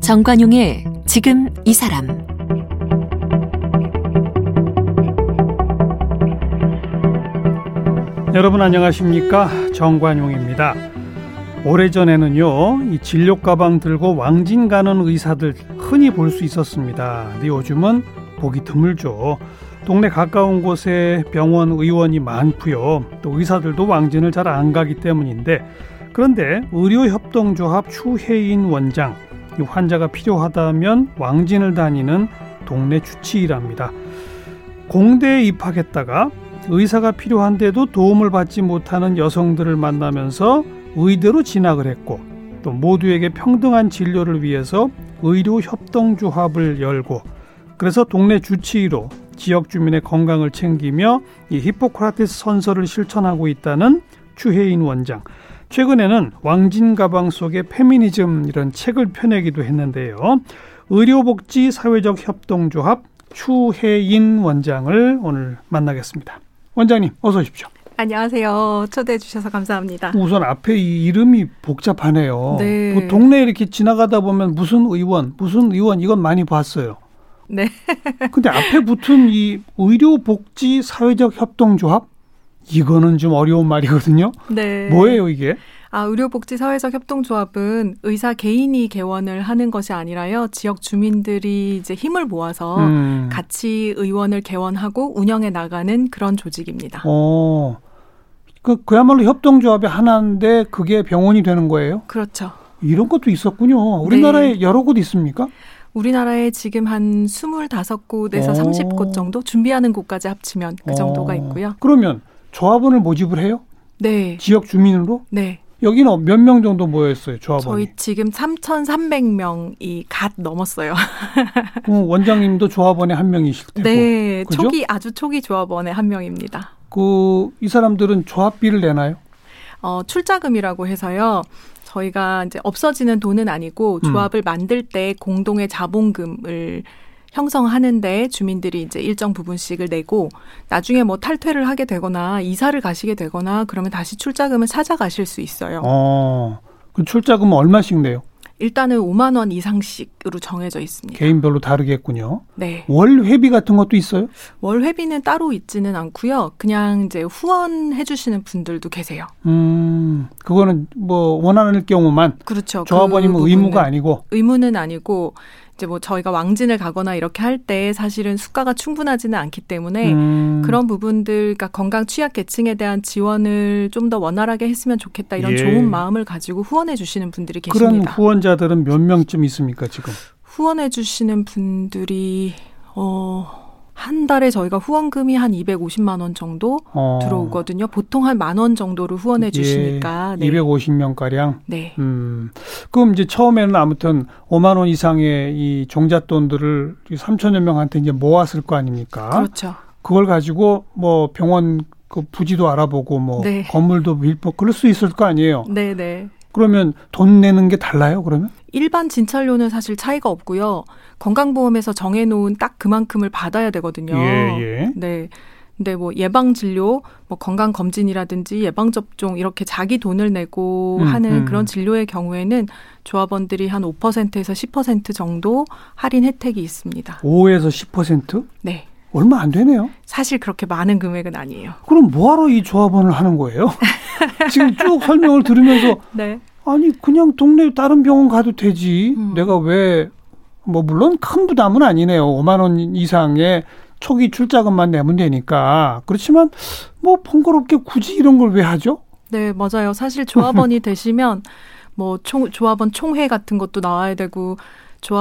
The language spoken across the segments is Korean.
정관용의 지금 이 사람 여러분 안녕하십니까 정관용입니다. 오래전에는요 이 진료 가방 들고 왕진 가는 의사들 흔히 볼 수 있었습니다. 근데 요즘은 보기 드물죠. 동네 가까운 곳에 병원 의원이 많고요. 또 의사들도 왕진을 잘 안 가기 때문인데 그런데 의료협동조합 추혜인 원장 이 환자가 필요하다면 왕진을 다니는 동네 주치의랍니다. 공대에 입학했다가 의사가 필요한데도 도움을 받지 못하는 여성들을 만나면서 의대로 진학을 했고 또 모두에게 평등한 진료를 위해서 의료 협동조합을 열고 그래서 동네 주치의로 지역 주민의 건강을 챙기며 이 히포크라테스 선서를 실천하고 있다는 추혜인 원장. 최근에는 왕진 가방 속의 페미니즘 이런 책을 펴내기도 했는데요. 의료복지 사회적 협동조합 추혜인 원장을 오늘 만나겠습니다. 원장님 어서 오십시오. 안녕하세요. 초대해 주셔서 감사합니다. 우선 앞에 이 이름이 복잡하네요. 아. 네. 뭐 동네 이렇게 지나가다 보면 무슨 의원, 무슨 의원 이건 많이 봤어요. 네. 근데 앞에 붙은 이 의료복지 사회적 협동조합 이거는 좀 어려운 말이거든요. 네. 뭐예요 이게? 아, 의료복지 사회적 협동조합은 의사 개인이 개원을 하는 것이 아니라요. 지역 주민들이 이제 힘을 모아서 음. 같이 의원을 개원하고 운영해 나가는 그런 조직입니다. 어. 그 그야말로 협동조합의 하나인데 그게 병원이 되는 거예요? 그렇죠. 이런 것도 있었군요. 네. 우리나라에 여러 곳 있습니까? 우리나라에 지금 한 25곳에서 오. 30곳 정도 준비하는 곳까지 합치면 그 정도가 어. 있고요. 그러면 조합원을 모집을 해요? 네. 지역 주민으로? 네. 여기는 몇 명 정도 모였어요, 조합원이? 저희 지금 3,300명이 갓 넘었어요. 그럼 원장님도 조합원의 한 명이실 테고. 네, 그죠? 초기 아주 초기 조합원의 한 명입니다. 그, 이 사람들은 조합비를 내나요? 어, 출자금이라고 해서요. 저희가 이제 없어지는 돈은 아니고 음. 조합을 만들 때 공동의 자본금을 형성하는데 주민들이 이제 일정 부분씩을 내고 나중에 뭐 탈퇴를 하게 되거나 이사를 가시게 되거나 그러면 다시 출자금을 찾아가실 수 있어요. 어. 그 출자금은 얼마씩 내요? 일단은 5만 원 이상씩으로 정해져 있습니다. 개인별로 다르겠군요. 네. 월 회비 같은 것도 있어요? 월 회비는 따로 있지는 않고요. 그냥 이제 후원해 주시는 분들도 계세요. 음, 그거는 뭐 원하는 경우만 그렇죠. 그 조합원이면 부분은. 의무가 아니고. 의무는 아니고 이제 뭐 저희가 왕진을 가거나 이렇게 할 때 사실은 수가가 충분하지는 않기 때문에 음, 네, 그런 부분들 그러니까 건강 취약 계층에 대한 지원을 좀 더 원활하게 했으면 좋겠다 이런 예. 좋은 마음을 가지고 후원해 주시는 분들이 그런 계십니다. 후원자들은 몇 명쯤 있습니까, 지금? 후원해 주시는 분들이 어, 한 달에 저희가 후원금이 한 250만 원 정도 어, 예. 들어오거든요. 보통 한 만 원 정도를 후원해 주시니까 네. 250명가량. 네. 음, 그럼 이제 처음에는 아무튼 5만 원 이상의 이 종잣돈들을 3천여 명한테 이제 모았을 거 아닙니까? 그렇죠. 그걸 가지고 뭐 병원 그 부지도 알아보고 뭐 네. 건물도 밀고 그럴 수 있을 거 아니에요. 네, 네. 그러면 돈 내는 게 달라요, 그러면? 일반 진찰료는 사실 차이가 없고요. 건강보험에서 정해놓은 딱 그만큼을 받아야 되거든요. 예, 네. 근데 뭐 예방 진료, 뭐 건강 검진이라든지 예방 접종 이렇게 자기 돈을 내고 음, 하는 음. 그런 진료의 경우에는 조합원들이 한 5%에서 10% 정도 할인 혜택이 있습니다. 5에서 10% 네. 얼마 안 되네요. 사실 그렇게 많은 금액은 아니에요. 그럼 뭐하러 이 조합원을 하는 거예요? 지금 쭉 설명을 들으면서 네. 아니 그냥 동네 다른 병원 가도 되지. 음. 내가 왜 뭐 물론 큰 부담은 아니네요. 5만 원 이상의 초기 출자금만 내면 되니까. 그렇지만 뭐 번거롭게 굳이 이런 걸 왜 하죠? 네, 맞아요. 사실 조합원이 되시면 뭐 총, 조합원 총회 같은 것도 나와야 되고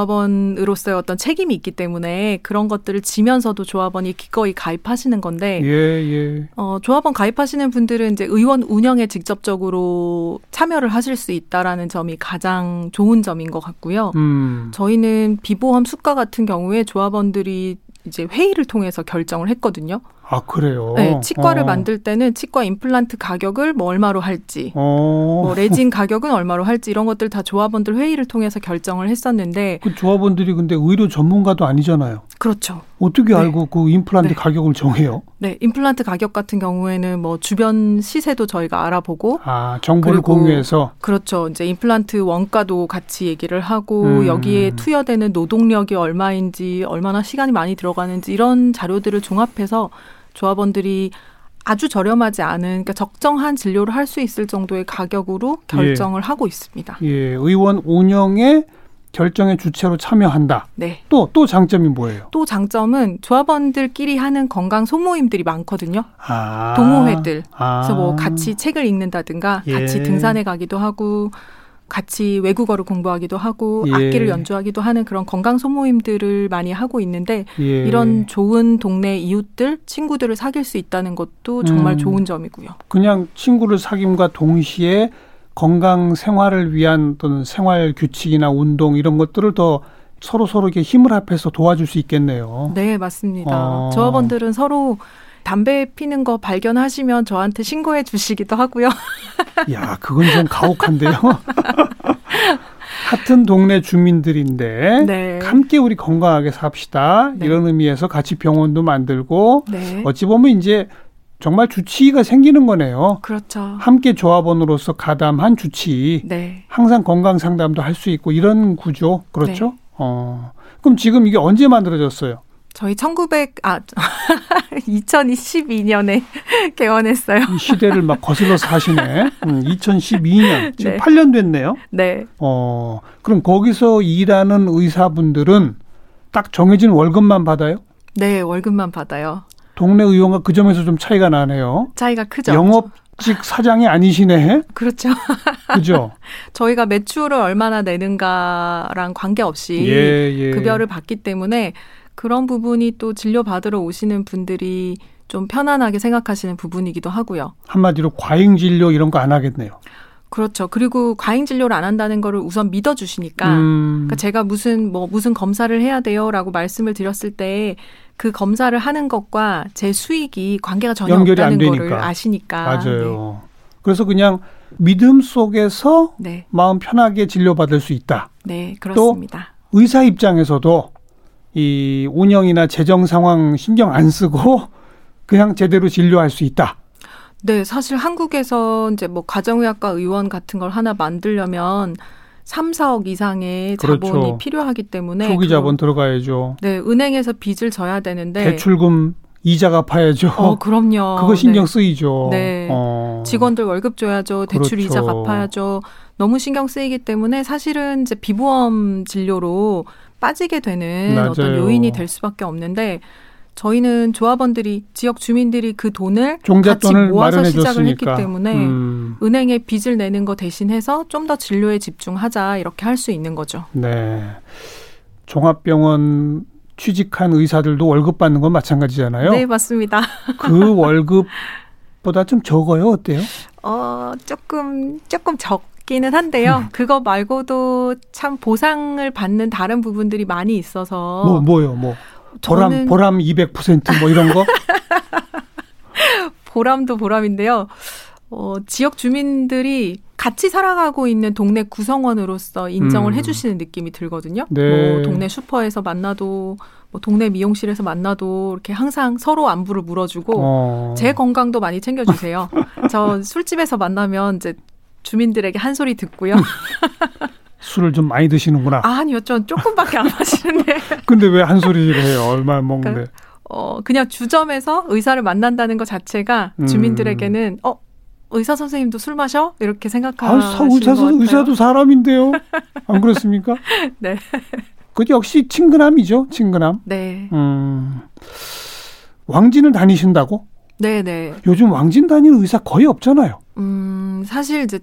조합원으로서의 어떤 책임이 있기 때문에 그런 것들을 지면서도 조합원이 기꺼이 가입하시는 건데 예, 예. 어, 조합원 가입하시는 분들은 이제 의원 운영에 직접적으로 참여를 하실 수 있다라는 점이 가장 좋은 점인 것 같고요. 음. 저희는 비보험 수가 같은 경우에 조합원들이 이제 회의를 통해서 결정을 했거든요. 아 그래요. 네, 치과를 어. 만들 때는 치과 임플란트 가격을 뭐 얼마로 할지, 어. 뭐 레진 가격은 얼마로 할지 이런 것들 다 조합원들 회의를 통해서 결정을 했었는데 그 조합원들이 근데 의료 전문가도 아니잖아요. 그렇죠. 어떻게 네. 알고 그 임플란트 네. 가격을 정해요? 네, 임플란트 가격 같은 경우에는 뭐 주변 시세도 저희가 알아보고 아 정보를 그리고- 공유해서 그렇죠. 이제 임플란트 원가도 같이 얘기를 하고 음. 여기에 투여되는 노동력이 얼마인지 얼마나 시간이 많이 들어가는지 이런 자료들을 종합해서 조합원들이 아주 저렴하지 않은 그러니까 적정한 진료를 할 수 있을 정도의 가격으로 결정을 하고 있습니다. 예 의원 운영의 결정의 주체로 참여한다. 네. 또 또 장점이 뭐예요? 또 장점은 조합원들끼리 하는 건강 소모임들이 많거든요. 아 동호회들. 아. 그래서 뭐 같이 책을 읽는다든가 예. 같이 등산에 가기도 하고 같이 외국어를 공부하기도 하고 예. 악기를 연주하기도 하는 그런 건강 소모임들을 많이 하고 있는데 예. 이런 좋은 동네 이웃들 친구들을 사귈 수 있다는 것도 정말 음. 좋은 점이고요. 그냥 친구를 사귐과 동시에 건강 생활을 위한 또는 생활 규칙이나 운동 이런 것들을 더 서로 서로에게 힘을 합해서 도와줄 수 있겠네요. 네, 맞습니다. 어. 조합원들은 서로 담배 피는 거 발견하시면 저한테 신고해 주시기도 하고요. 네. 야, 그건 좀 가혹한데요. 같은 동네 주민들인데 네. 함께 우리 건강하게 삽시다 네. 이런 의미에서 같이 병원도 만들고 네. 어찌 보면 이제 정말 주치의가 생기는 거네요. 그렇죠. 함께 조합원으로서 가담한 주치의 네. 항상 건강 상담도 할 수 있고 이런 구조 그렇죠? 네. 어 그럼 지금 이게 언제 만들어졌어요? 저희 1900, 아, 2012년에 개원했어요. 이 시대를 막 거슬러 사시네. 음, 2012년 지금 네. 8년 됐네요. 네. 어 그럼 거기서 일하는 의사분들은 딱 정해진 월급만 받아요? 네, 월급만 받아요. 동네 의원과 그 점에서 좀 차이가 나네요. 차이가 크죠? 영업직 사장이 아니시네. 그렇죠. 그죠? 저희가 매출을 얼마나 내는가랑 관계없이 예. 급여를 받기 때문에 그런 부분이 또 진료 받으러 오시는 분들이 좀 편안하게 생각하시는 부분이기도 하고요. 한마디로 과잉 진료 이런 거 안 하겠네요. 그렇죠. 그리고 과잉 진료를 안 한다는 거를 우선 믿어 주시니까 음, 그러니까 제가 무슨 뭐 무슨 검사를 해야 돼요라고 말씀을 드렸을 때 그 검사를 하는 것과 제 수익이 관계가 전혀 연결이 안 없다는 거를 되니까. 아시니까 맞아요. 그래서 그냥 믿음 속에서 네, 마음 편하게 진료받을 수 있다. 네, 네, 그렇습니다. 의사 입장에서도 이 운영이나 재정 상황 신경 안 쓰고 그냥 제대로 진료할 수 있다. 네, 사실 한국에서 이제 뭐 가정의학과 의원 같은 걸 하나 만들려면 3, 4억 이상의 그렇죠. 자본이 필요하기 때문에 초기 네, 그런- 자본 들어가야죠. 네, 은행에서 빚을 져야 되는데 대출금 이자 갚아야죠. 네. 어, 그럼요. 그거 신경 네. 쓰이죠. 네. 어. 직원들 월급 줘야죠. 대출 그렇죠. 이자 갚아야죠. 너무 신경 쓰이기 때문에 사실은 이제 비보험 진료로 빠지게 되는 어떤 맞아요. 요인이 될 수밖에 없는데 저희는 조합원들이 지역 주민들이 그 돈을 종잣돈을 같이 모아서 마련해 시작을 했기 줬으니까. 때문에 음, 은행에 빚을 내는 거 대신해서 좀 더 진료에 집중하자 이렇게 할 수 있는 거죠. 네. 종합병원 취직한 의사들도 월급 받는 건 마찬가지잖아요. 네, 맞습니다. 그 월급보다 좀 적어요. 어때요? 어, 조금 조금 적기는 음. 한데요. 그거 말고도 참 보상을 받는 다른 부분들이 많이 있어서 뭐 뭐요? 뭐 보람 저는- 보람 200%뭐 이런 거? 보람도 보람인데요. 어, 지역 주민들이 같이 살아가고 있는 동네 구성원으로서 인정을 음. 해주시는 느낌이 들거든요. 네. 뭐 동네 슈퍼에서 만나도, 뭐 동네 미용실에서 만나도 이렇게 항상 서로 안부를 물어주고 어. 뭐, 제 건강도 많이 챙겨주세요. 저 술집에서 만나면 이제 주민들에게 한 소리 듣고요. 술을 좀 많이 드시는구나. 아, 아니요, 전 조금밖에 안 마시는데. 근데 왜 한 소리를 해요? 얼마 먹는데? 어, 그냥 주점에서 의사를 만난다는 것 자체가 음. 주민들에게는 어 의사 선생님도 술 마셔 아, 이렇게 생각하시는 사, 것 의사, 같아요. 의사도 사람인데요. 안 그렇습니까? 네. 그 역시 친근함이죠. 친근함. 네, 음. 왕진을 다니신다고? 네, 네. 요즘 왕진 다니는 의사 거의 없잖아요. 음, 사실 이제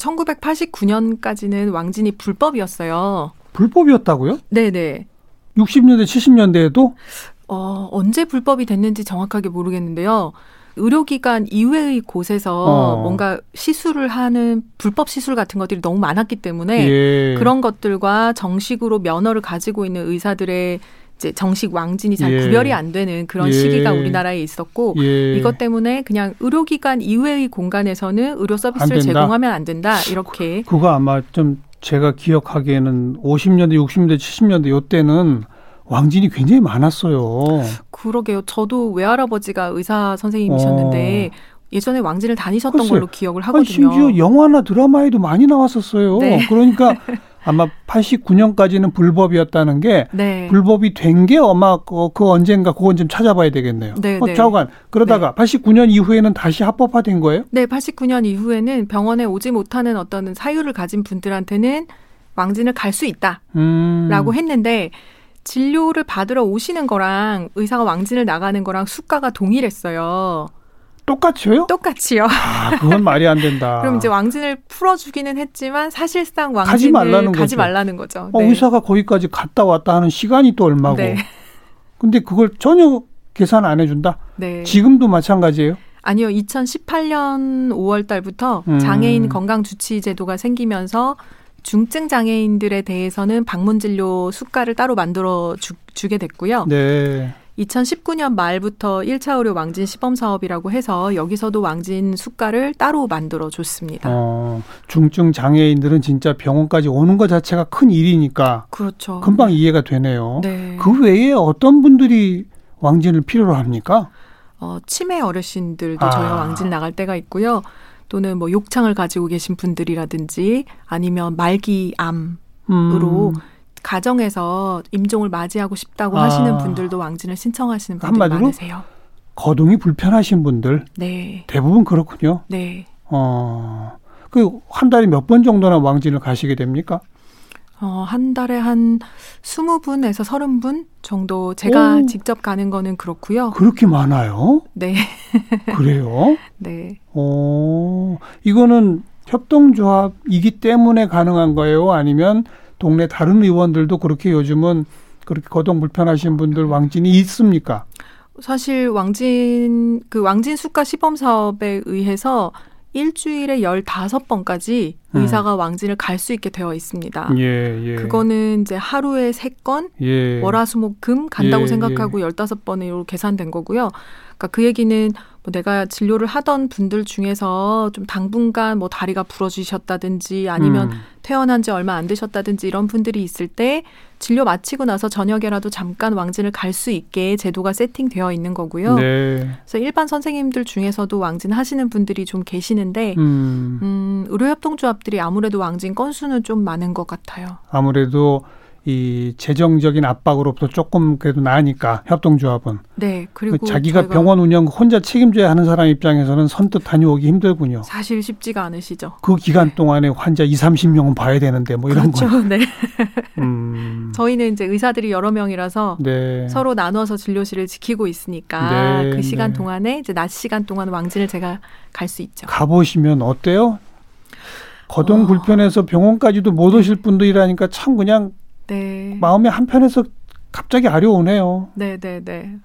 1989년까지는 왕진이 불법이었어요. 불법이었다고요? 네, 네. 60년대, 70년대에도 어, 언제 불법이 됐는지 정확하게 모르겠는데요. 의료기관 이외의 곳에서 어. 뭔가 시술을 하는 불법 시술 같은 것들이 너무 많았기 때문에 예. 그런 것들과 정식으로 면허를 가지고 있는 의사들의 이제 정식 왕진이 잘 예. 구별이 안 되는 그런 예. 시기가 우리나라에 있었고 예. 이것 때문에 그냥 의료기관 이외의 공간에서는 의료 안 서비스를 된다? 제공하면 안 된다 이렇게 그거 아마 좀 제가 기억하기에는 50년대, 60년대, 70년대 요때는 왕진이 굉장히 많았어요. 그러게요. 저도 외할아버지가 의사 선생님이셨는데 예전에 왕진을 다니셨던 어. 글쎄요. 걸로 기억을 아니, 하거든요. 심지어 예. 영화나 드라마에도 많이 나왔었어요. 네. 그러니까 아마 89년까지는 불법이었다는 게 네. 불법이 된 게 아마 그, 그 언젠가 그건 좀 찾아봐야 되겠네요. 네, 어, 네. 좌우간 그러다가 89년 이후에는 다시 합법화된 거예요? 네, 89년 이후에는 병원에 오지 못하는 어떤 사유를 가진 분들한테는 왕진을 갈 수 있다라고 음. 했는데 진료를 받으러 오시는 거랑 의사가 왕진을 나가는 거랑 수가가 동일했어요. 똑같이요? 똑같이요. 아, 그건 말이 안 된다. 그럼 이제 왕진을 풀어주기는 했지만 사실상 왕진을 아. 가지 말라는 거죠. 가지 말라는 거죠. 어, 네. 의사가 거기까지 갔다 왔다 하는 시간이 또 얼마고. 네. 근데 그걸 전혀 계산 안 해준다? 네. 지금도 마찬가지예요? 아니요. 2018년 5월 달부터 음. 장애인 건강 주치 제도가 생기면서 중증 장애인들에 대해서는 방문 진료 수가를 따로 만들어 주, 주게 됐고요. 네. 2019년 말부터 1차 의료 왕진 시범 사업이라고 해서 여기서도 왕진 수가를 따로 만들어 줬습니다. 어, 중증 장애인들은 진짜 병원까지 오는 것 자체가 큰 일이니까 그렇죠. 금방 이해가 되네요. 네. 그 외에 어떤 분들이 왕진을 필요로 합니까? 어, 치매 어르신들도 아. 저희 왕진 나갈 때가 있고요. 또는 뭐 욕창을 가지고 계신 분들이라든지 아니면 말기 암 음, 으로 가정에서 임종을 맞이하고 싶다고 아. 하시는 분들도 왕진을 신청하시는 분들이 한마디로? 많으세요. 거동이 불편하신 분들 네. 대부분 그렇군요. 네. 어, 그 한 달에 몇 번 정도나 왕진을 가시게 됩니까? 어, 한 달에 한 20분에서 30분 정도 제가 오. 직접 가는 거는 그렇고요. 그렇게 많아요? 네. 그래요? 네. 어, 이거는 협동조합이기 때문에 가능한 거예요? 아니면 동네 다른 의원들도 그렇게 요즘은 그렇게 거동 불편하신 분들 왕진이 있습니까? 사실 왕진 그 왕진 수가 시범 사업에 의해서 일주일에 15번까지 음. 의사가 왕진을 갈 수 있게 되어 있습니다. 예, 예. 아, 그거는 이제 하루에 3건 예. 월화수목금 간다고 예, 생각하고 열다섯 번으로 계산된 거고요. 그러니까 그 얘기는 뭐 내가 진료를 하던 분들 중에서 좀 당분간 뭐 다리가 부러지셨다든지 아니면 음. 퇴원한 지 얼마 안 되셨다든지 이런 분들이 있을 때 진료 마치고 나서 저녁에라도 잠깐 왕진을 갈 수 있게 제도가 세팅되어 있는 거고요. 네. 그래서 일반 선생님들 중에서도 왕진 하시는 분들이 좀 계시는데 음. 음, 의료협동조합들이 아무래도 왕진 건수는 좀 많은 것 같아요. 아무래도 이 재정적인 압박으로부터 조금 그래도 나으니까 협동조합은 네, 그 그리고 자기가 저희가 병원 운영 혼자 책임져야 하는 사람 입장에서는 선뜻 다녀오기 힘들군요. 사실 쉽지가 않으시죠. 그 기간 동안에 환자 2, 30명은 봐야 되는데 뭐 이런 그렇죠. 거. 네. 음. 저희는 이제 의사들이 여러 명이라서 네. 서로 나눠서 진료실을 지키고 있으니까 네, 그 시간 네. 동안에 이제 낮 시간 동안 왕진을 제가 갈 수 있죠. 가보시면 어때요? 거동 어. 불편해서 병원까지도 못 오실 분들이라니까 참 그냥 네. 마음이 한편에서 갑자기 아려오네요. 네, 네, 네.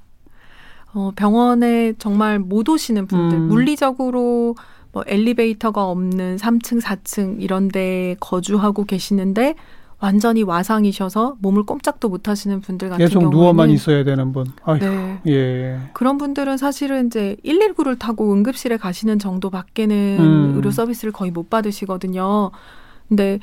어, 병원에 정말 못 오시는 분들, 음. 물리적으로 뭐 엘리베이터가 없는 3층, 4층 이런 데 거주하고 계시는데 완전히 와상이셔서 몸을 꼼짝도 못 하시는 분들 그 같은 계속 경우에는 누워만 있어야 되는 분. 아휴, 네. 예. 그런 분들은 사실은 이제 119를 타고 응급실에 가시는 정도밖에는 음. 의료 서비스를 거의 못 받으시거든요. 근데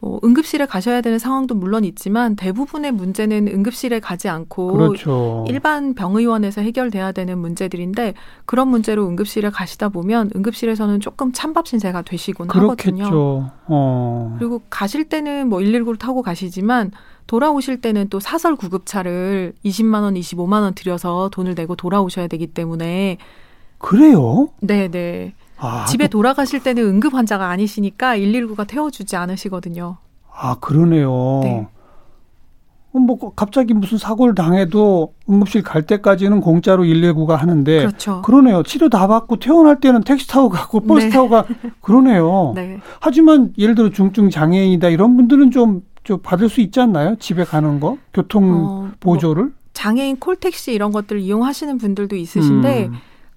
뭐 응급실에 가셔야 되는 상황도 물론 있지만 대부분의 문제는 응급실에 가지 않고 그렇죠. 뭐 일반 병의원에서 해결돼야 되는 문제들인데 그런 문제로 응급실에 가시다 보면 응급실에서는 조금 찬밥 신세가 되시곤 하거든요. 그렇겠죠. 어. 그리고 가실 때는 뭐 119를 타고 가시지만 돌아오실 때는 또 사설 구급차를 20만 원, 25만 원 들여서 돈을 내고 돌아오셔야 되기 때문에 그래요? 네, 네. 아, 집에 또- 돌아가실 때는 응급 환자가 아니시니까 119가 태워 주지 않으시거든요. 아, 그러네요. 네. 어, 뭐 갑자기 무슨 사고를 당해도 응급실 갈 때까지는 공짜로 119가 하는데 그렇죠. 그러네요. 치료 다 받고 퇴원할 때는 택시 타고 가고 버스 네. 타고 가 그러네요. 네. 하지만 예를 들어 중증 장애인이다 이런 분들은 좀, 좀 받을 수 있지 않나요? 집에 가는 거 교통 어, 뭐 음, 보조를 장애인 콜택시 이런 것들 이용하시는 분들도 있으신데 음.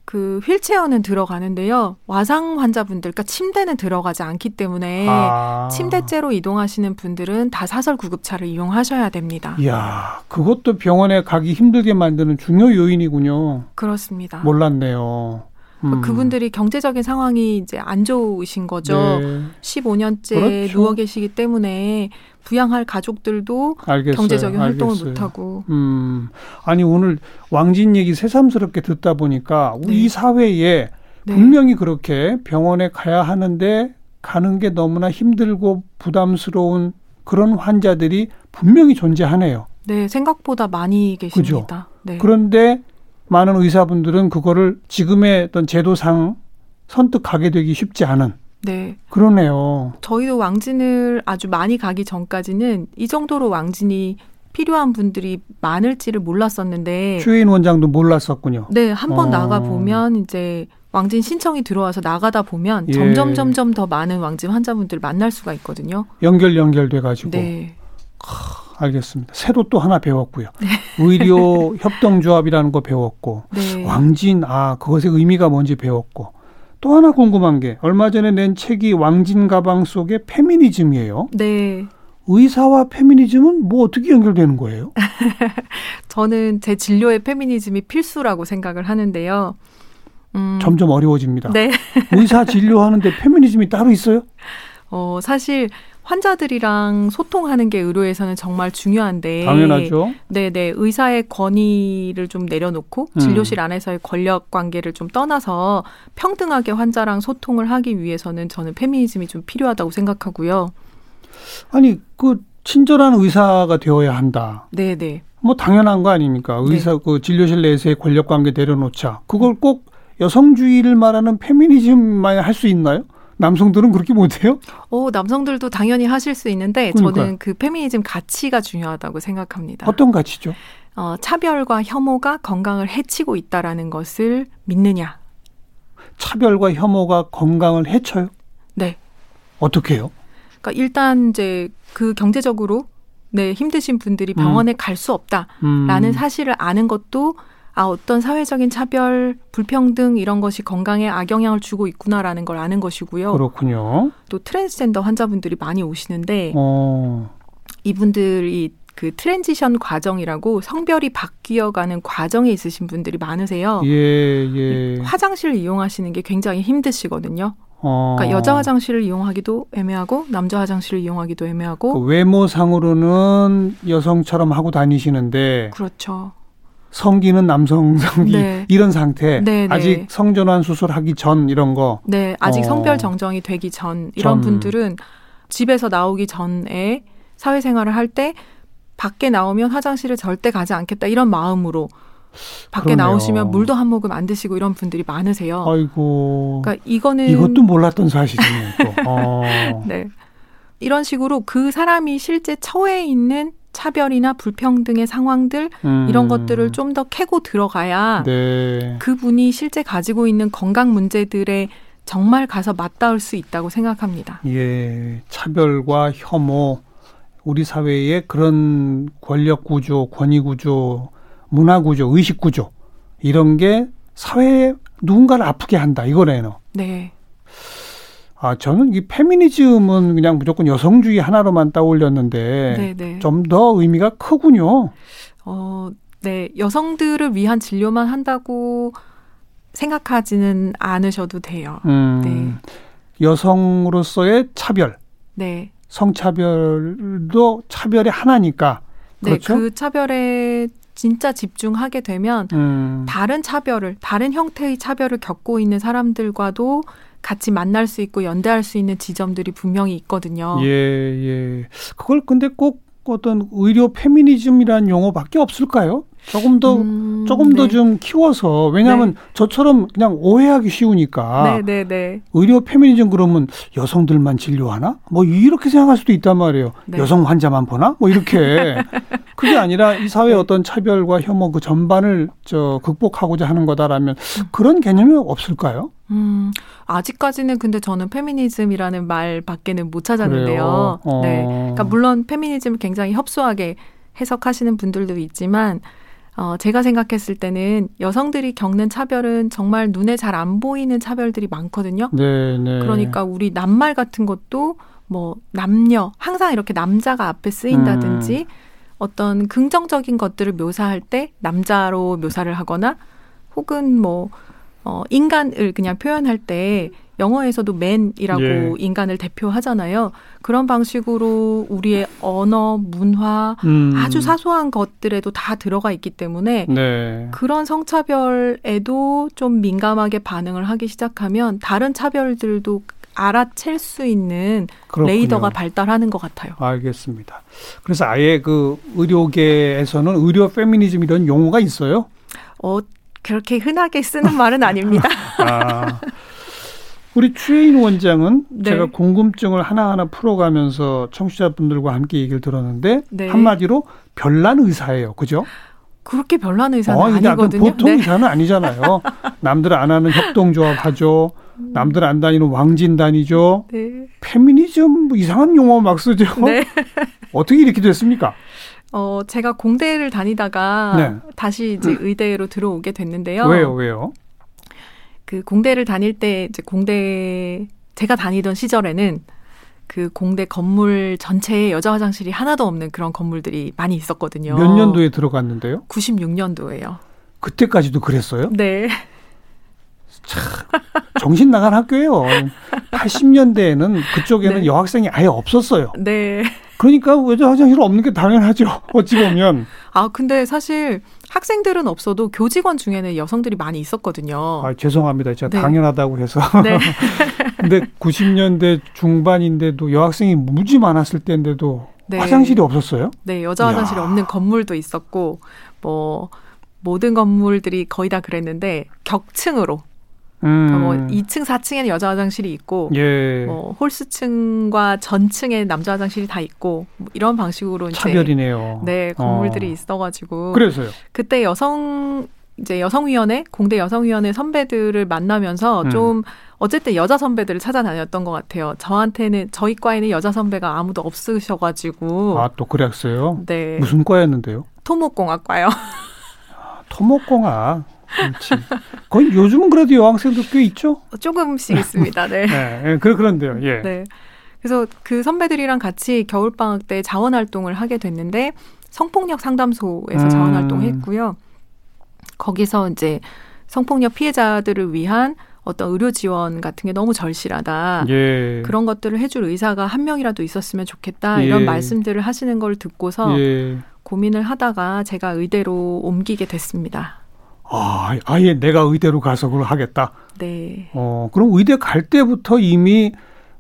그 휠체어는 들어가는데요. 와상 환자분들, 그러니까 침대는 들어가지 않기 때문에 아. 예, 침대째로 이동하시는 분들은 다 사설 구급차를 이용하셔야 됩니다. 예. 이야, 그것도 병원에 가기 힘들게 만드는 중요 요인이군요. 그렇습니다. 몰랐네요. 뭐, 음. 아. 그분들이 경제적인 상황이 이제 안 좋으신 거죠. 네, 15년째 그렇죠. 누워 계시기 때문에 부양할 가족들도 알겠어요. 경제적인 활동을 알겠어요. 못 하고 음, 아니 오늘 왕진 얘기 새삼스럽게 듣다 보니까 우리 네. 사회에 네. 분명히 그렇게 병원에 가야 하는데 가는 게 너무나 힘들고 부담스러운 그런 환자들이 분명히 존재하네요. 네, 생각보다 많이 계십니다. 네. 그런데 많은 의사분들은 그거를 지금의 어떤 제도상 선뜻 가게 되기 쉽지 않은 네. 그러네요. 저희도 왕진을 아주 많이 가기 전까지는 이 정도로 왕진이 필요한 분들이 많을지를 몰랐었는데 최인 원장도 몰랐었군요. 네, 한 번 어. 나가 보면 이제 왕진 신청이 들어와서 나가다 보면 예. 점점 점점 더 많은 왕진 환자분들 만날 수가 있거든요. 연결 연결돼 가지고 네. 알겠습니다. 새로 또 하나 배웠고요. 의료 협동조합이라는 거 배웠고 네. 왕진 아 그것의 의미가 뭔지 배웠고 또 하나 궁금한 게 얼마 전에 낸 책이 왕진 가방 속의 페미니즘이에요. 네. 의사와 페미니즘은 뭐 어떻게 연결되는 거예요? 음. 저는 제 진료에 페미니즘이 필수라고 생각을 하는데요. 음, 점점 어려워집니다. 네. 의사 진료하는데 페미니즘이 따로 있어요? 어, 사실 환자들이랑 소통하는 게 의료에서는 정말 중요한데. 당연하죠. 네네. 의사의 권위를 좀 내려놓고 음. 진료실 안에서의 권력 관계를 좀 떠나서 평등하게 환자랑 소통을 하기 위해서는 저는 페미니즘이 좀 필요하다고 생각하고요. 아니 그 친절한 의사가 되어야 한다. 네네. 뭐 당연한 거 아닙니까? 네. 의사 그 진료실 내에서의 권력 관계 내려놓자. 그걸 꼭 여성주의를 말하는 페미니즘만 할 수 있나요? 남성들은 그렇게 못해요? 어, 남성들도 당연히 하실 수 있는데 그러니까요. 저는 그 페미니즘 가치가 중요하다고 생각합니다. 어떤 가치죠? 어, 차별과 혐오가 건강을 해치고 있다라는 것을 믿느냐. 차별과 혐오가 건강을 해쳐요? 네. 어떻게 해요? 그러니까 일단 이제 그 경제적으로 네, 힘드신 분들이 음. 병원에 갈 수 없다라는 음, 사실을 아는 것도 아, 어떤 사회적인 차별, 불평등 이런 것이 건강에 악영향을 주고 있구나라는 걸 아는 것이고요. 그렇군요. 또 트랜스젠더 환자분들이 많이 오시는데 어, 이분들이 그 트랜지션 과정이라고 성별이 바뀌어가는 과정에 있으신 분들이 많으세요. 예, 예. 어. 화장실 이용하시는 게 굉장히 힘드시거든요. 어, 그러니까 여자 화장실을 이용하기도 애매하고 남자 화장실을 이용하기도 그 애매하고 외모상으로는 여성처럼 하고 다니시는데 그렇죠. 성기는 남성 성기 네. 이런 상태 네, 네. 아직 성전환 수술하기 전 이런 거 네, 아직 어. 성별 정정이 되기 전 전. 이런 분들은 집에서 나오기 전에 사회생활을 할 때 밖에 나오면 화장실을 절대 가지 않겠다 이런 마음으로 밖에 그러네요. 나오시면 물도 한 모금 안 드시고 이런 분들이 많으세요. 아이고. 어. 그러니까 이거는 이것도 몰랐던 사실이네요. 또. 어. 네. 이런 식으로 그 사람이 실제 처해 있는 차별이나 불평등의 상황들 음. 이런 것들을 좀 아. 더 캐고 들어가야 네. 그분이 실제 가지고 있는 건강 문제들에 정말 가서 맞닿을 수 있다고 생각합니다. 예. 차별과 혐오 우리 사회의 그런 권력 구조, 권위 구조, 문화 구조, 의식 구조 이런 게 사회에 누군가를 아프게 한다 이거네요. 네. 아 저는 이 페미니즘은 그냥 무조건 여성주의 하나로만 떠올렸는데 네, 네. 좀 더 의미가 크군요. 어, 네. 여성들을 위한 진료만 한다고 생각하지는 않으셔도 돼요. 음, 여성으로서의 차별 네. 성차별도 차별의 하나니까 네. 그렇죠. 그 차별에 진짜 집중하게 되면 음, 다른 차별을, 다른 형태의 차별을 겪고 있는 사람들과도 같이 만날 수 있고 연대할 수 있는 지점들이 분명히 있거든요. 예, 예. 그걸 근데 꼭 어떤 의료 페미니즘이라는 용어밖에 없을까요? 조금 더 음, 조금 네. 더 좀 키워서 왜냐하면 저처럼 그냥 오해하기 쉬우니까 네, 네, 네. 의료 페미니즘 그러면 여성들만 진료하나? 뭐 이렇게 생각할 수도 있단 말이에요. 네. 여성 환자만 보나? 뭐 이렇게 그게 아니라 이 사회 의 네. 어떤 차별과 혐오 그 전반을 저 극복하고자 하는 거다라면 그런 개념이 없을까요? 음, 아직까지는 근데 저는 페미니즘이라는 말 밖에는 못 찾았는데요. 그래요? 네. 어. 그러니까 물론 페미니즘 굉장히 협소하게 해석하시는 분들도 있지만 어, 제가 생각했을 때는 여성들이 겪는 차별은 정말 눈에 잘 안 보이는 차별들이 많거든요. 네, 네. 그러니까 우리 낱말 같은 것도 뭐 남녀 항상 이렇게 남자가 앞에 쓰인다든지 음. 어떤 긍정적인 것들을 묘사할 때 남자로 묘사를 하거나 혹은 뭐 어, 인간을 그냥 표현할 때 영어에서도 man이라고 예. 인간을 대표하잖아요. 그런 방식으로 우리의 언어, 문화 음. 아주 사소한 것들에도 다 들어가 있기 때문에 네. 그런 성차별에도 좀 민감하게 반응을 하기 시작하면 다른 차별들도 알아챌 수 있는 그렇군요. 레이더가 발달하는 것 같아요. 알겠습니다. 그래서 아예 그 의료계에서는 의료 페미니즘 이런 용어가 있어요? 어, 그렇게 흔하게 쓰는 말은 아닙니다. 아. 우리 추혜인 원장은 네. 제가 궁금증을 하나하나 풀어가면서 청취자분들과 함께 얘기를 들었는데 네. 한마디로 별난 의사예요. 그죠? 그렇게 별난 의사는 어, 이게 아주 아니거든요. 보통 네. 의사는 아니잖아요. 남들 안 하는 협동조합 하죠. 음. 남들 안 다니는 왕진 다니죠. 네. 페미니즘 뭐 이상한 용어 막 쓰죠. 네. 어떻게 이렇게 됐습니까? 어, 제가 공대를 다니다가 다시 이제 의대로 들어오게 네. 됐는데요. 음. 왜요, 왜요? 그 공대를 다닐 때 이제 공대 제가 다니던 시절에는 그 공대 건물 전체에 여자 화장실이 하나도 없는 그런 건물들이 많이 있었거든요. 몇 년도에 들어갔는데요? 96년도예요. 그때까지도 그랬어요? 네. 정신 나간 학교예요. 80년대에는 그쪽에는 네. 여학생이 아예 없었어요. 네. 그러니까 여자 화장실 없는 게 당연하죠. 어찌 보면 아, 근데 사실 학생들은 없어도 교직원 중에는 여성들이 많이 있었거든요. 아, 죄송합니다. 제가 네. 당연하다고 해서. 네. 근데 90년대 중반인데도 여학생이 무지 많았을 때인데도 네. 화장실이 없었어요? 네, 여자 이야. 화장실이 없는 건물도 있었고 뭐 모든 건물들이 거의 다 그랬는데 격층으로 음. 뭐 2층, 4층에는 여자 화장실이 있고 예. 뭐 홀수층과 전층에 남자 화장실이 다 있고 뭐 이런 방식으로 이제 차별이네요. 네 건물들이 어. 있어가지고 그래서요. 그때 여성 이제 여성위원회 공대 여성위원회 선배들을 만나면서 음. 좀 어쨌든 여자 선배들을 찾아다녔던 것 같아요. 저한테는 저희 과에는 여자 선배가 아무도 없으셔가지고 아, 또 그랬어요? 네 무슨 과였는데요? 토목공학과요. 토목공학. 그렇지. 거의 요즘은 그래도 여학생도 꽤 있죠? 조금씩 있습니다. 네. 예, 예, 그, 그런데요. 예. 네. 그래서 그 선배들이랑 같이 겨울방학 때 자원활동을 하게 됐는데 성폭력 상담소에서 음. 자원활동했고요. 거기서 이제 성폭력 피해자들을 위한 어떤 의료 지원 같은 게 너무 절실하다. 예. 그런 것들을 해줄 의사가 한 명이라도 있었으면 좋겠다. 이런 예. 말씀들을 하시는 걸 듣고서 예. 고민을 하다가 제가 의대로 옮기게 됐습니다. 아, 아예 내가 의대로 가서 그걸 하겠다. 네. 어, 그럼 의대 갈 때부터 이미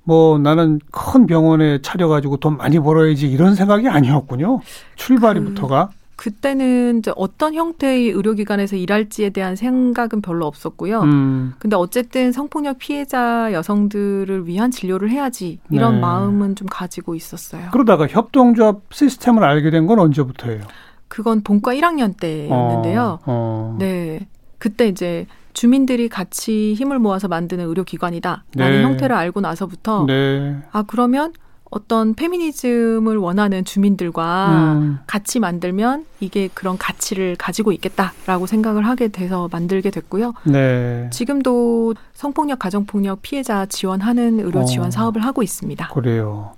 뭐 나는 큰 병원에 차려가지고 돈 많이 벌어야지 이런 생각이 아니었군요. 출발이부터가. 그때는 이제 어떤 형태의 의료기관에서 일할지에 대한 생각은 별로 없었고요. 음, 근데 어쨌든 성폭력 피해자 여성들을 위한 진료를 해야지 이런 네. 마음은 좀 가지고 있었어요. 그러다가 협동조합 시스템을 알게 된 건 언제부터예요? 그건 본과 1학년 네, 때였는데요. 어, 어. 네. 그때 이제 주민들이 같이 힘을 모아서 만드는 의료기관이다라는 네. 형태를 알고 나서부터 네. 아 그러면 어떤 페미니즘을 원하는 주민들과 음, 같이 만들면 이게 그런 가치를 가지고 있겠다라고 생각을 하게 돼서 만들게 됐고요. 네. 지금도 성폭력 가정폭력 피해자 지원하는 의료 어. 지원 사업을 하고 있습니다. 그래요.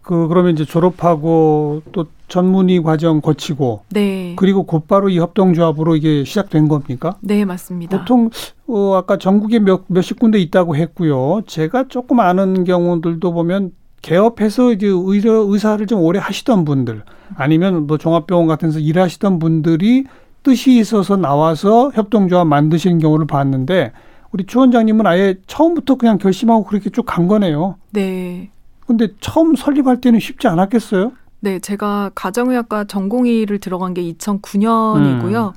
그 그러면 이제 졸업하고 또 전문의 과정 거치고 네. 그리고 곧바로 이 협동조합으로 이게 시작된 겁니까? 네, 맞습니다. 보통 어, 아까 전국에 몇, 몇십 군데 있다고 했고요. 제가 조금 아는 경우들도 보면 개업해서 이제 의료, 의사를 좀 오래 하시던 분들 아니면 뭐 종합병원 같은 데서 일하시던 분들이 뜻이 있어서 나와서 협동조합 만드시는 경우를 봤는데 우리 추 원장님은 아예 처음부터 그냥 결심하고 그렇게 쭉 간 거네요. 네. 근데 처음 설립할 때는 쉽지 않았겠어요? 네, 제가 가정의학과 전공의를 들어간 게 2009년이고요.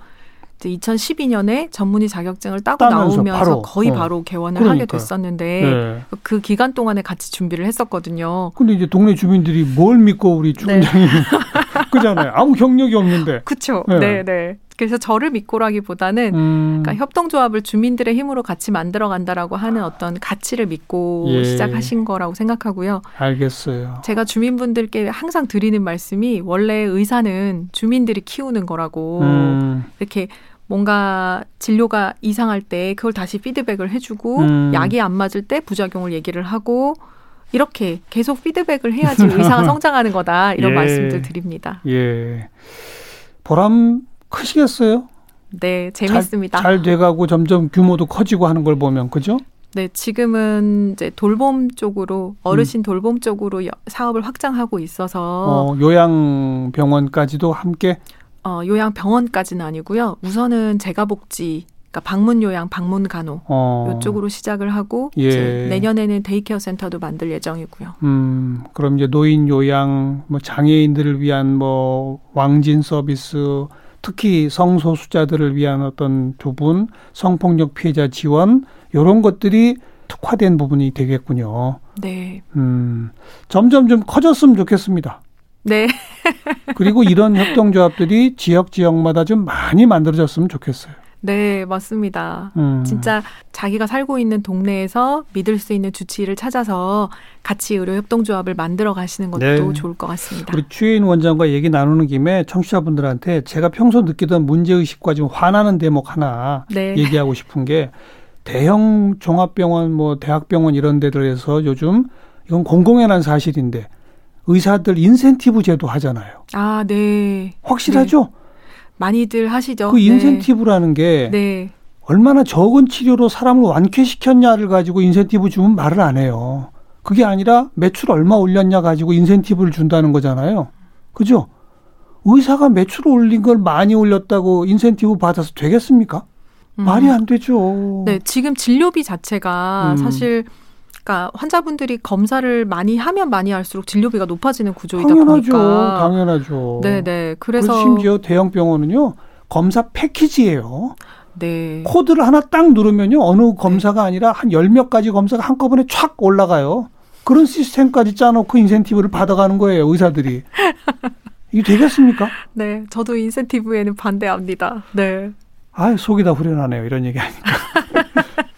이제 2012년에 전문의 자격증을 따고 음. 따면서 나오면서 바로, 거의 어. 바로 개원을 하게 그러니까요. 됐었는데 네. 그 기간 동안에 같이 준비를 했었거든요. 근데 이제 동네 주민들이 뭘 믿고 우리 추 네. 원장님 그잖아요. 아무 경력이 없는데 그쵸? 네. 네, 네. 그래서 저를 믿고라기보다는 음, 그러니까 협동조합을 주민들의 힘으로 같이 만들어 간다라고 하는 어떤 가치를 믿고 예. 시작하신 거라고 생각하고요. 알겠어요. 제가 주민분들께 항상 드리는 말씀이 원래 의사는 주민들이 키우는 거라고 음, 이렇게 뭔가 진료가 이상할 때 그걸 다시 피드백을 해주고 음. 약이 안 맞을 때 부작용을 얘기를 하고 이렇게 계속 피드백을 해야지 의사가 성장하는 거다 이런 예. 말씀들 드립니다. 예. 보람 크시겠어요? 네 재밌습니다. 잘 돼가고 점점 규모도 커지고 하는 걸 보면 그죠? 네 지금은 이제 돌봄 쪽으로 어르신 돌봄 쪽으로 여- 사업을 확장하고 있어서 음. 어, 요양병원까지도 함께 어, 요양 병원까지는 아니고요. 우선은 재가복지 그러니까 방문 요양 방문 간호 어, 이쪽으로 시작을 하고 예. 이제 내년에는 데이케어 센터도 만들 예정이고요. 음, 그럼 이제 노인 요양, 뭐 장애인들을 위한 뭐 왕진 서비스, 특히 성소수자들을 위한 어떤 부분, 성폭력 피해자 지원 요런 것들이 특화된 부분이 되겠군요. 네. 음, 점점 좀 커졌으면 좋겠습니다. 네. 그리고 이런 협동조합들이 지역 지역마다 좀 많이 만들어졌으면 좋겠어요. 네, 맞습니다. 음, 진짜 자기가 살고 있는 동네에서 믿을 수 있는 주치의를 찾아서 같이 의료 협동조합을 만들어 가시는 것도 네. 좋을 것 같습니다. 우리 추혜인 원장과 얘기 나누는 김에 청취자분들한테 제가 평소 느끼던 문제의식과 좀 화나는 대목 하나 네. 얘기하고 싶은 게 대형 종합병원 뭐 대학병원 이런 데들에서 요즘 이건 공공에 난 사실인데 의사들 인센티브 제도 하잖아요. 아, 네. 확실하죠? 많이들 하시죠. 그 네. 인센티브라는 게 네. 얼마나 적은 치료로 사람을 완쾌시켰냐를 가지고 인센티브 주면 말을 안 해요. 그게 아니라 매출 얼마 올렸냐 가지고 인센티브를 준다는 거잖아요. 그죠? 의사가 매출 올린 걸 많이 올렸다고 인센티브 받아서 되겠습니까? 음. 말이 안 되죠. 네, 지금 진료비 자체가 음. 사실 그러니까 환자분들이 검사를 많이 하면 많이 할수록 진료비가 높아지는 구조이다 당연하죠. 보니까 당연하죠. 네, 네. 그래서 그래서 심지어 대형 병원은요. 검사 패키지예요. 네. 코드를 하나 딱 누르면요. 어느 검사가 아니라 한 열몇 가지 검사가 한꺼번에 촥 올라가요. 그런 시스템까지 짜놓고 인센티브를 받아가는 거예요. 의사들이. 이게 되겠습니까? 네, 저도 인센티브에는 반대합니다. 네. 아, 속이 다 후련하네요. 이런 얘기 하니까.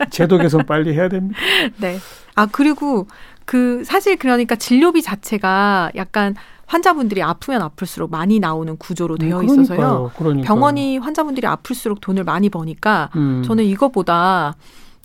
제도 개선 빨리 해야 됩니다. 네. 아, 그리고 그 사실 그러니까 진료비 자체가 약간 환자분들이 아프면 아플수록 많이 나오는 구조로 되어 있어서요. 네, 그러니까요, 그러니까요. 병원이 환자분들이 아플수록 돈을 많이 버니까 음. 저는 이거보다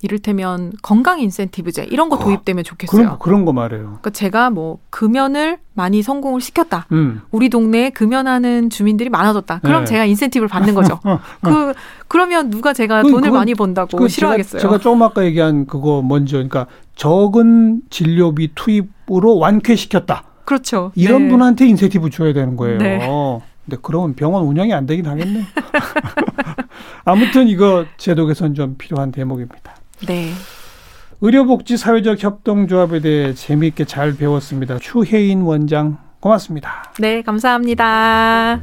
이를테면 건강 인센티브제 이런 거 어, 도입되면 좋겠어요. 그런, 그런 거 말해요. 그러니까 제가 뭐 금연을 많이 성공을 시켰다. 음. 우리 동네에 금연하는 주민들이 많아졌다. 그럼 네. 어, 제가 인센티브를 받는 거죠. 그 그러면 누가 제가 그건- 돈을 그건- 많이 번다고 그 싫어하겠어요. 제가, 제가 조금 아까 얘기한 그거 먼저, 그러니까 적은 진료비 투입으로 완쾌시켰다. 그렇죠. 이런 네. 분한테 인센티브 줘야 되는 거예요. 네. 근데 그러면 병원 운영이 안 되긴 하겠네. 아무튼 이거 제도 개선 좀 필요한 대목입니다. 네. 의료복지 사회적 협동조합에 대해 재미있게 잘 배웠습니다. 추혜인 원장 고맙습니다. 네, 감사합니다.